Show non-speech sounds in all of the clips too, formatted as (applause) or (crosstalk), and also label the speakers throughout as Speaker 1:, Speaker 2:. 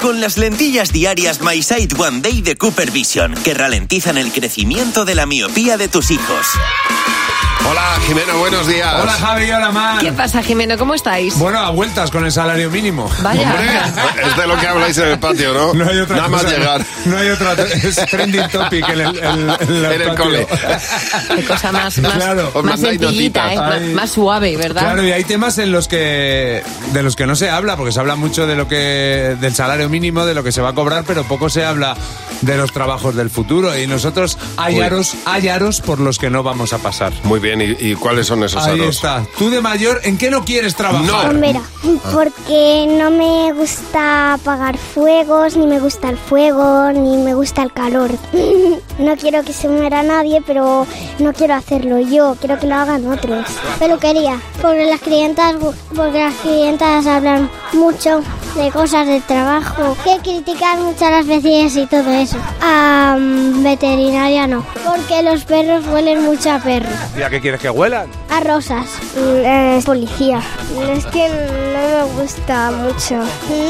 Speaker 1: con las lentillas diarias My Sight One Day de Cooper Vision, que ralentizan el crecimiento de la miopía de tus hijos.
Speaker 2: Hola Jimeno, buenos días.
Speaker 3: Hola Javi, hola Mar.
Speaker 4: ¿Qué pasa, Jimeno? ¿Cómo estáis?
Speaker 3: Bueno, a vueltas con el salario mínimo.
Speaker 4: Vaya.
Speaker 2: Hombre, es de lo que habláis en el patio, ¿no?
Speaker 3: No hay otra
Speaker 2: Nada más
Speaker 3: cosa,
Speaker 2: llegar.
Speaker 3: No hay otra. Es trending topic en el, en- en
Speaker 2: En el
Speaker 3: patio.
Speaker 2: cole.
Speaker 3: (laughs)
Speaker 4: Qué cosa más, más,
Speaker 3: Claro.
Speaker 2: Os
Speaker 4: más
Speaker 2: mandáis
Speaker 4: sencillita,
Speaker 2: notitas.
Speaker 4: ¿eh? Ma-
Speaker 3: Ay.
Speaker 4: más suave, ¿verdad?
Speaker 3: Claro, y hay temas en los que de los que no se habla, porque se habla mucho de lo que del salario mínimo, de lo que se va a cobrar, pero poco se habla de los trabajos del futuro. Y nosotros hay
Speaker 2: Uy.
Speaker 3: aros, hay aros por los que no vamos a pasar.
Speaker 2: Muy bien, ¿y, y cuáles son esos
Speaker 3: Ahí
Speaker 2: aros?
Speaker 3: está. Tú de mayor, ¿en qué no quieres trabajar?
Speaker 2: No.
Speaker 5: Bombera, porque no me gusta apagar fuegos, ni me gusta el fuego, ni me gusta el calor. (laughs) No quiero que se muera nadie, pero no quiero hacerlo yo, quiero que lo hagan otros. Peluquería, porque las clientas, porque las clientas hablan mucho de cosas de trabajo, que critican mucho a las vecinas y todo eso. A veterinaria no, porque los perros huelen mucho a perro.
Speaker 3: ¿Y a qué quieres que huelan?
Speaker 5: A rosas. policía. Mm, eh, Es que no me gusta mucho.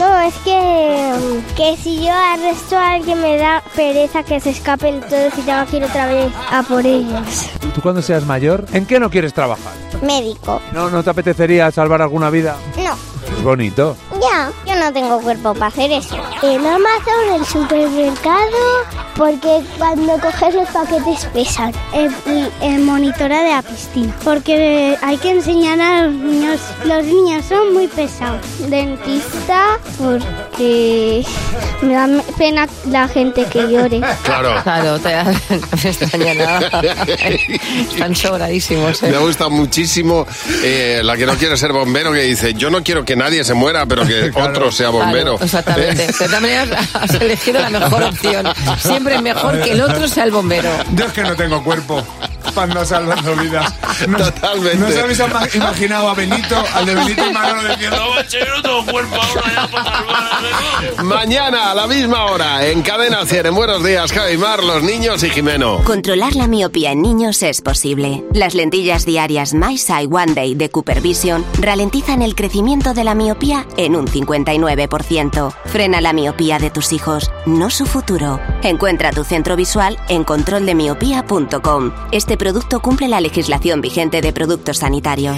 Speaker 5: No, es que, que si yo arresto a alguien me da pereza que se escapen todos y tengo que ir otra vez a por ellos.
Speaker 3: Tú cuando seas mayor, ¿en qué no quieres trabajar?
Speaker 5: Médico.
Speaker 3: No, no te apetecería salvar alguna vida.
Speaker 5: No.
Speaker 3: Es bonito.
Speaker 5: Ya, yo no tengo cuerpo para hacer eso. Eh, En Amazon, el supermercado, porque cuando coges los paquetes pesan. En, monitora de la piscina, porque hay que enseñar a los niños. Los niños son muy pesados. Dentista, porque me da pena la gente que llore.
Speaker 2: Claro.
Speaker 4: Claro, te, (laughs) no me
Speaker 2: (laughs)
Speaker 4: extraña nada. Están sobradísimos, ¿eh?
Speaker 2: Me gusta muchísimo eh, la que no quiere ser bombero, que dice, yo no quiero que nadie se muera, pero
Speaker 3: (laughs)
Speaker 2: que
Speaker 3: Claro.
Speaker 2: otro sea
Speaker 4: Claro,
Speaker 2: bombero.
Speaker 4: exactamente. De todas maneras, (laughs) has elegido la mejor opción. Siempre es mejor que el otro sea el bombero.
Speaker 3: Yo es que no tengo cuerpo para andar salvando vidas. No-
Speaker 2: Totalmente.
Speaker 3: ¿No os habéis ama- imaginado a Benito, al de Benito y Manolo diciendo...
Speaker 2: (laughs) Mañana a la misma hora, en Cadena 100, en Buenos Días, Javi Mar, los niños y Jimeno.
Speaker 6: Controlar la miopía en niños es posible. Las lentillas diarias My Sight One Day de Cooper Vision ralentizan el crecimiento de la miopía en un 59%. Frena la miopía de tus hijos, no su futuro. Encuentra tu centro visual en controldemiopía.com. Este producto cumple la legislación vigente de productos sanitarios.